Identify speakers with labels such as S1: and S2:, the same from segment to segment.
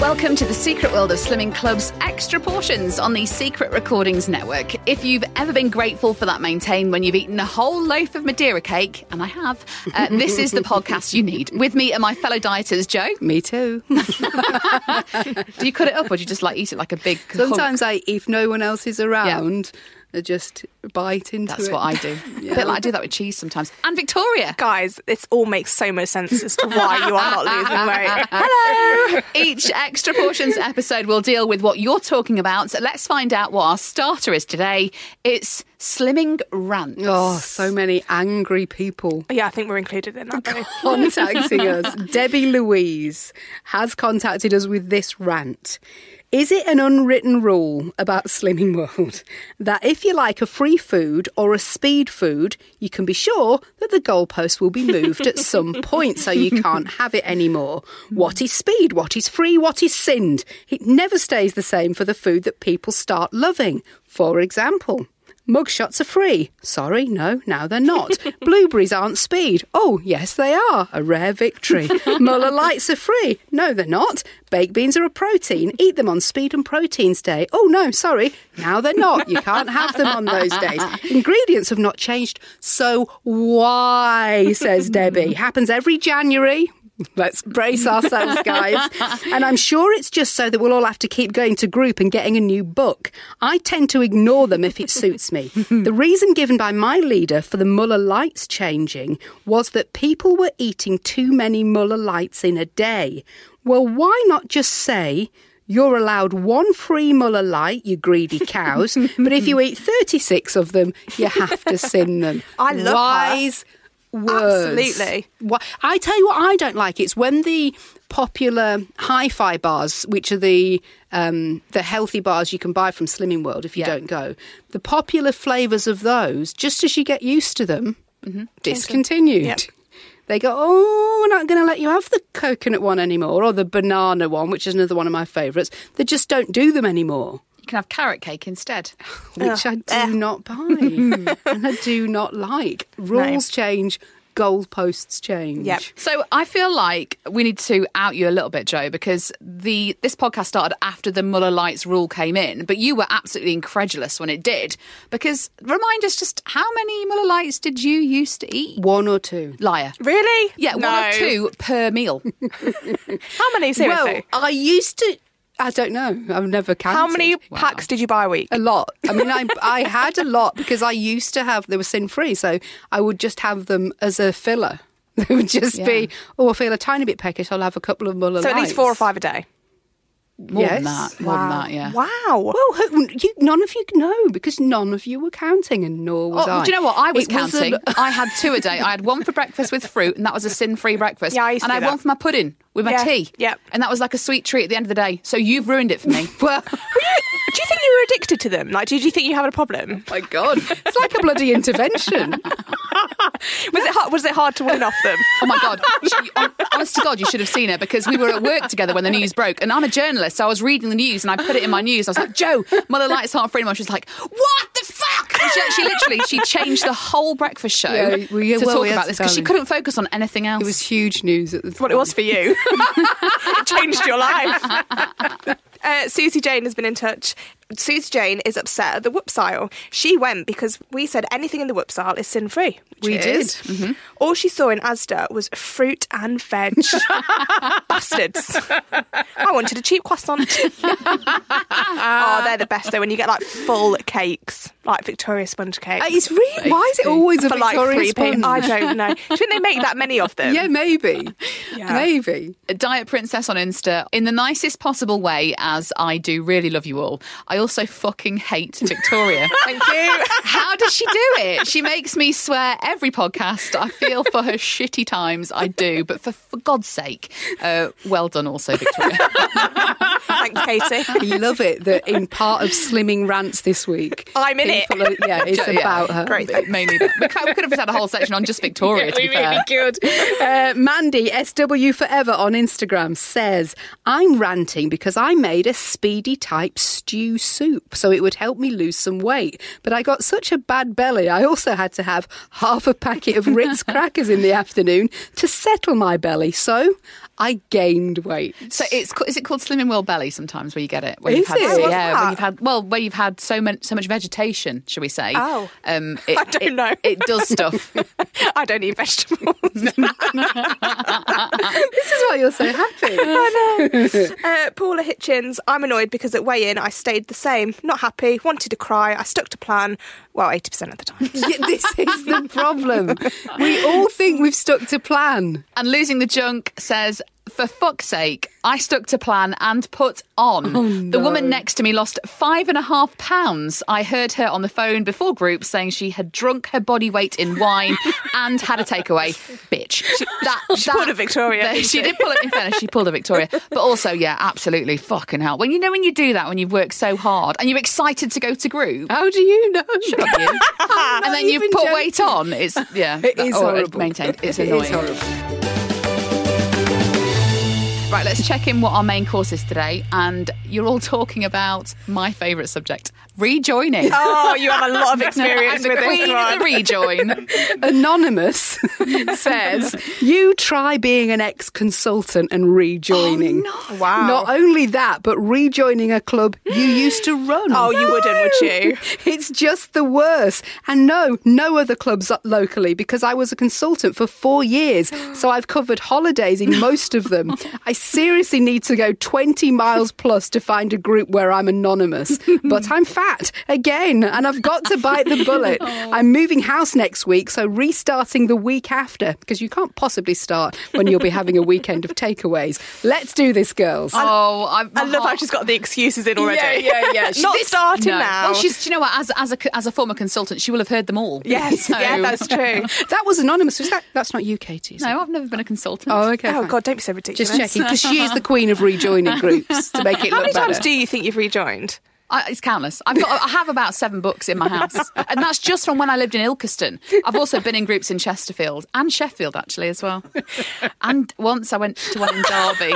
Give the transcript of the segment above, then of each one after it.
S1: Welcome to the secret world of Slimming Club's extra portions on the Secret Recordings Network. If you've ever been grateful for that maintain when you've eaten a whole loaf of Madeira cake, and I have, uh, this is the podcast you need. With me are my fellow dieters, Joe. Me too. do you cut it up or do you just like eat it like a big hunk?
S2: Sometimes I, if no one else is around, I just bite into
S1: That's
S2: it.
S1: what I do.
S2: Yeah.
S1: A bit like I do that with cheese sometimes. And Victoria.
S3: guys, it all makes so much sense as to why you are not losing weight.
S1: Hello. Each extra portions episode will deal with what you're talking about. So let's find out what our starter is today. It's slimming rants.
S2: Oh, so many angry people
S3: Yeah, I think we're included in that. Though.
S2: contacting us. Debbie Louise has contacted us with this rant. Is it an unwritten rule about Slimming World that if you like a free food or a speed food, you can be sure that the goalpost will be moved at some point so you can't have it anymore? What is speed? What is free? What is sinned? It never stays the same for the food that people start loving. For example, Mugshots are free. Sorry, no, now they're not. Blueberries aren't speed. Oh, yes, they are. A rare victory. Muller lights are free. No, they're not. Baked beans are a protein. Eat them on Speed and Proteins Day. Oh, no, sorry. Now they're not. You can't have them on those days. Ingredients have not changed. So why, says Debbie. Happens every January. Let's brace ourselves, guys. and I'm sure it's just so that we'll all have to keep going to group and getting a new book. I tend to ignore them if it suits me. the reason given by my leader for the Muller lights changing was that people were eating too many Muller lights in a day. Well, why not just say, you're allowed one free Muller light, you greedy cows, but if you eat 36 of them, you have to sin them.
S3: I love her.
S2: Wise words.
S3: Absolutely.
S2: Wha- I tell you what I don't like. It's when the popular hi-fi bars, which are the um, the healthy bars you can buy from Slimming World if you don't go, the popular flavours of those, just as you get used to them, discontinued.
S3: Mm-hmm. Yep.
S2: They go, oh, we're not going to let you have the coconut one anymore, or the banana one, which is another one of my favourites. They just don't do them anymore,
S1: You can have carrot cake instead.
S2: which I do not buy and I do not like. Rules change, goalposts change.
S3: Yep.
S1: So I feel like we need to out you a little bit, Joe, because the this podcast started after the Muller Lights rule came in, but you were absolutely incredulous when it did. Because remind us just how many Muller Lights did you used to eat?
S2: One or two.
S1: Liar.
S3: Really?
S1: Yeah, one
S3: No.
S1: or two per meal.
S3: How many? Seriously,
S2: Well, I used to. I don't know. I've never counted.
S3: how many packs did you buy a week?
S2: A lot. I mean, I I had a lot because I used to have they were sin free, so I would just have them as a filler. They would just be, oh, I feel a tiny bit peckish. I'll have a couple of Muller
S3: So at least four or five a day.
S1: More than
S2: Yes.
S1: that. More than that, yeah.
S3: Wow.
S2: Well, who- you, none of you know because none of you were counting, and nor was
S1: Oh,
S2: I.
S1: do you know what? I was
S2: It um, a-
S1: counting. I had two a day. I had one for breakfast with fruit, and that was a sin-free breakfast.
S3: Yeah, I used to
S1: and I
S3: do
S1: had
S3: that.
S1: one for my pudding with my
S3: Yeah,
S1: tea.
S3: yep.
S1: And that was like a sweet treat at the end of the day. So you've ruined it for me. well,
S3: Do you think you were addicted to them? Like, did you think you had a problem?
S1: my God.
S2: it's like a bloody intervention.
S3: Was it hard, was it hard to win off them?
S1: Oh my God. She, hon- honest to God, you should have seen her because we were at work together when the news broke. And I'm a journalist, so I was reading the news and I put it in my news. I was like, Joe, Muller Lights aren't free anymore. She was like, What the fuck? And she, she literally she changed the whole breakfast show
S2: Yeah, we-
S1: to
S2: well,
S1: talk
S2: we had
S1: about
S2: to
S1: this because
S2: tell
S1: she
S2: you.
S1: couldn't focus on anything else.
S2: It was huge news at the time.
S3: What it was for you? it changed your life. Uh, Susie Jane has been in touch. Suze Jane is upset at the whoops aisle. She went because we said anything in the whoops aisle is sin free.
S2: We did.
S3: All she saw in Asda was fruit and veg. Bastards. I wanted a cheap croissant. oh, they're the best though when you get like full cakes, like Victoria sponge cakes.
S2: Uh, It's really. Why is it always a
S3: for like
S2: Victoria
S3: three
S2: sponge?
S3: people. I don't know. Do you think they make that many of them?
S2: Yeah, maybe.
S3: Yeah.
S2: Maybe.
S1: Diet Princess on Insta in the nicest possible way, as I do really love you all. I also fucking hate Victoria.
S3: Thank you.
S1: How does she do it? She makes me swear every podcast. I feel for her shitty times. I do, but for, for God's sake, uh, well done also, Victoria.
S3: Thanks, Katie.
S2: I love it that in part of Slimming Rants this week,
S3: I'm in it.
S2: people are- yeah, it's
S1: Yeah.
S2: about her.
S3: Great.
S1: But mainly that. We could- we could have had a whole section on just Victoria. to be fair.
S2: good. Uh, Mandy SW Forever on Instagram says, "I'm ranting because I made a speedy type stew soup, so it would help me lose some weight. But I got such a bad belly. I also had to have half a packet of Ritz crackers in the afternoon to settle my belly. So I gained weight.
S1: So it's ca- is it called slimming world belly sometimes where you get it where you've
S2: Is
S1: had
S2: it?
S1: so-
S2: What's
S1: yeah
S3: that?
S1: where you've had well where you've had so much so much vegetation shall we say
S3: Oh.
S1: um it,
S3: I don't
S1: it-
S3: know.
S1: it does stuff
S3: I don't eat vegetables.
S2: this is why you're so happy."
S3: Uh, Paula Hitchens, I'm annoyed because at weigh in I stayed the same. Not happy, wanted to cry. I stuck to plan, well, 80% of the time.
S2: Yeah, this is the problem. We all think we've stuck to plan.
S1: and losing the junk says. For fuck's sake, I stuck to plan and put on. The woman next to me lost five and a half pounds. I heard her on the phone before group saying she had drunk her body weight in wine and had a takeaway. Bitch. That,
S3: She pulled a Victoria,
S1: There-
S3: didn't
S1: she did pull it. In fairness, she pulled a Victoria. But also, yeah, absolutely fucking hell. When you know when you do that, when you've worked so hard and you're excited to go to group.
S2: How do you know?
S1: you. and then you
S2: even
S1: put
S2: joking.
S1: weight on. It's yeah,
S2: It is
S1: or
S2: horrible.
S1: maintained. It's
S2: It is
S1: annoying.
S2: horrible.
S1: Right, let's check in what our main course is today. And you're all talking about my favourite subject, rejoining.
S3: Oh, you have a lot of
S1: I'm
S3: experience
S1: the
S3: with
S1: queen of
S3: this
S1: the
S3: one.
S1: rejoin.
S2: Anonymous says, You try being an ex consultant and rejoining.
S3: Oh, Wow.
S2: Not only that, but rejoining a club you used to run.
S3: Oh, you wouldn't, would you?
S2: It's just the worst. And no, no other clubs lo- locally because I was a consultant for four years. So I've covered holidays in most of them. I seriously need to go 20 miles plus to find a group where I'm anonymous. But I'm fat again and I've got to bite the bullet.
S1: Oh.
S2: I'm moving house next week. So restarting the week after because you can't possibly start when you'll be having a weekend of takeaways. Let's do this, girls.
S1: Oh, I,
S3: I love how she's got the excuses in already.
S1: Yeah, yeah, yeah. She-
S3: Not
S1: this-
S3: starting
S1: no.
S3: now.
S1: Well, she's. Do you know what? As as a as a former consultant, she will have heard them all.
S3: yes,
S1: So-
S3: yeah, that's true.
S2: That was anonymous. Was that? That's not you, Katie. is it?
S1: No, I've never been a consultant.
S2: Oh, okay.
S3: Oh,
S2: fine.
S3: God, don't be so ridiculous.
S2: Just checking, because she is the queen of rejoining groups to make it
S3: How
S2: look
S3: many
S2: better.
S3: times do you think you've rejoined?
S1: I, it's countless. I've got, I have about seven books in my house, and that's just from when I lived in Ilkeston. I've also been in groups in Chesterfield and Sheffield actually as well, and once I went to one in Derby.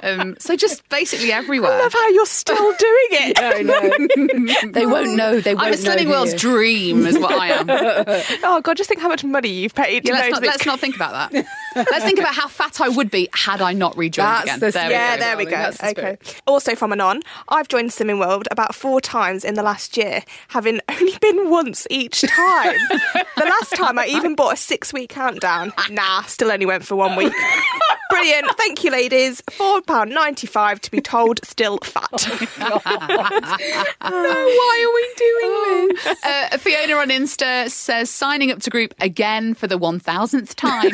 S1: Um, so just basically everywhere.
S3: I love how you're still doing it.
S2: they won't know. They won't
S1: I'm a
S2: know
S1: Slimming World's
S2: here.
S1: dream, is what I am. Yeah,
S3: Oh, God, just think how much money you've paid to
S1: let's,
S3: go
S1: not,
S3: to this
S1: let's not think about that. Let's think about how fat I would be had I not rejoined
S2: That's
S1: again.
S2: the-
S1: there
S3: yeah,
S1: we go.
S3: there we
S2: darling,
S3: go.
S2: that's the
S3: okay. Also from Anon, I've joined Slimming World about four times in the last year, having only been once each time. the last time I even bought a six week countdown. Nah, still only went for one week. Brilliant. Thank you, ladies. £4.95 to be told, still
S1: Oh,
S3: fat.
S2: Why are we doing this?
S1: Uh, Fiona on Insta says signing up to group again for the 1000th time.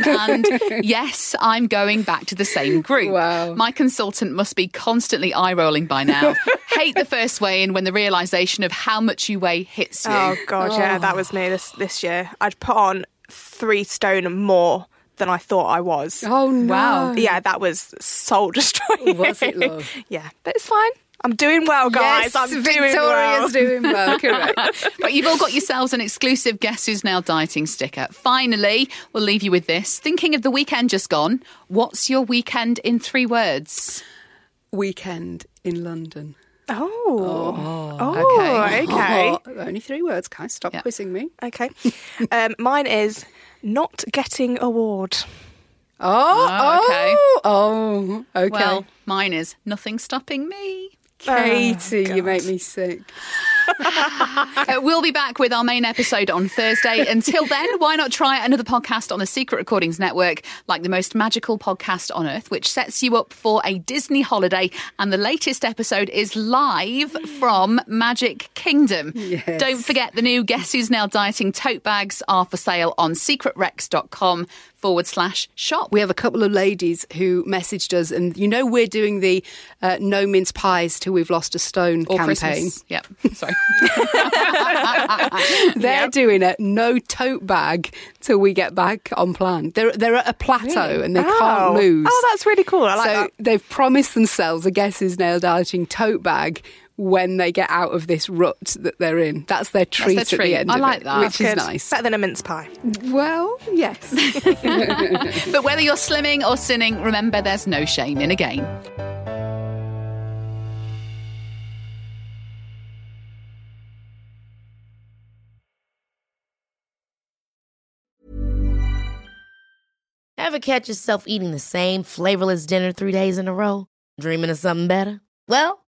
S1: And yes, I'm going back to the same group.
S2: Wow.
S1: My consultant must be constantly eye rolling by now. Hate the first weigh in when the realization of how much you weigh hits you.
S3: oh, God, yeah, that was me this, this year. I'd put on three stone more than I thought I was.
S2: Oh no!
S1: Wow.
S3: Yeah, that was soul destroying.
S2: Was it, love?
S3: yeah, but it's fine. I'm doing well,
S2: yes,
S3: guys. I'm doing
S2: Victoria's
S3: well.
S2: doing well. Correct.
S1: but you've all got yourselves an exclusive Guess Who's Now dieting sticker. Finally, we'll leave you with this. Thinking of the weekend just gone, what's your weekend in three words?
S2: Weekend in London.
S3: Oh.
S1: okay.
S3: Okay.
S2: Oh, only three words. Can I stop
S1: Yeah.
S2: quizzing me?
S3: Okay. Um, mine is not getting award.
S2: Oh,
S1: okay.
S2: oh, oh. Okay.
S1: Well, mine is nothing stopping me.
S2: Katie, you make me sick.
S1: Uh, we'll be back with our main episode on Thursday. Until then, why not try another podcast on the Secret Recordings Network, like the most magical podcast on earth, which sets you up for a Disney holiday. And the latest episode is live from Magic Kingdom.
S2: Yes.
S1: Don't forget the new Guess Who's Now Dieting tote bags are for sale on secretrex.com forward slash shop.
S2: We have a couple of ladies who messaged us, and you know we're doing the uh, no mince pies till we've lost a stone
S1: Or
S2: campaign.
S1: Christmas. Yep. Sorry.
S2: They're doing a no tote bag till we get back on plan. They're they're at a plateau and they can't
S3: Oh.
S2: lose.
S3: Oh, that's really cool. I like
S2: so
S3: that.
S2: they've promised themselves a guesses nail dieting tote bag when they get out of this rut that they're in. That's their treat at
S1: treat.
S2: the end.
S1: I
S2: of
S1: like
S2: it,
S1: that.
S2: which is
S3: Oh, Good.
S2: nice.
S3: Better than a mince pie.
S2: Well, yes.
S1: But whether you're slimming or sinning, remember there's no shame in a game.
S4: Ever catch yourself eating the same flavorless dinner three days in a row? Dreaming of something better? Well,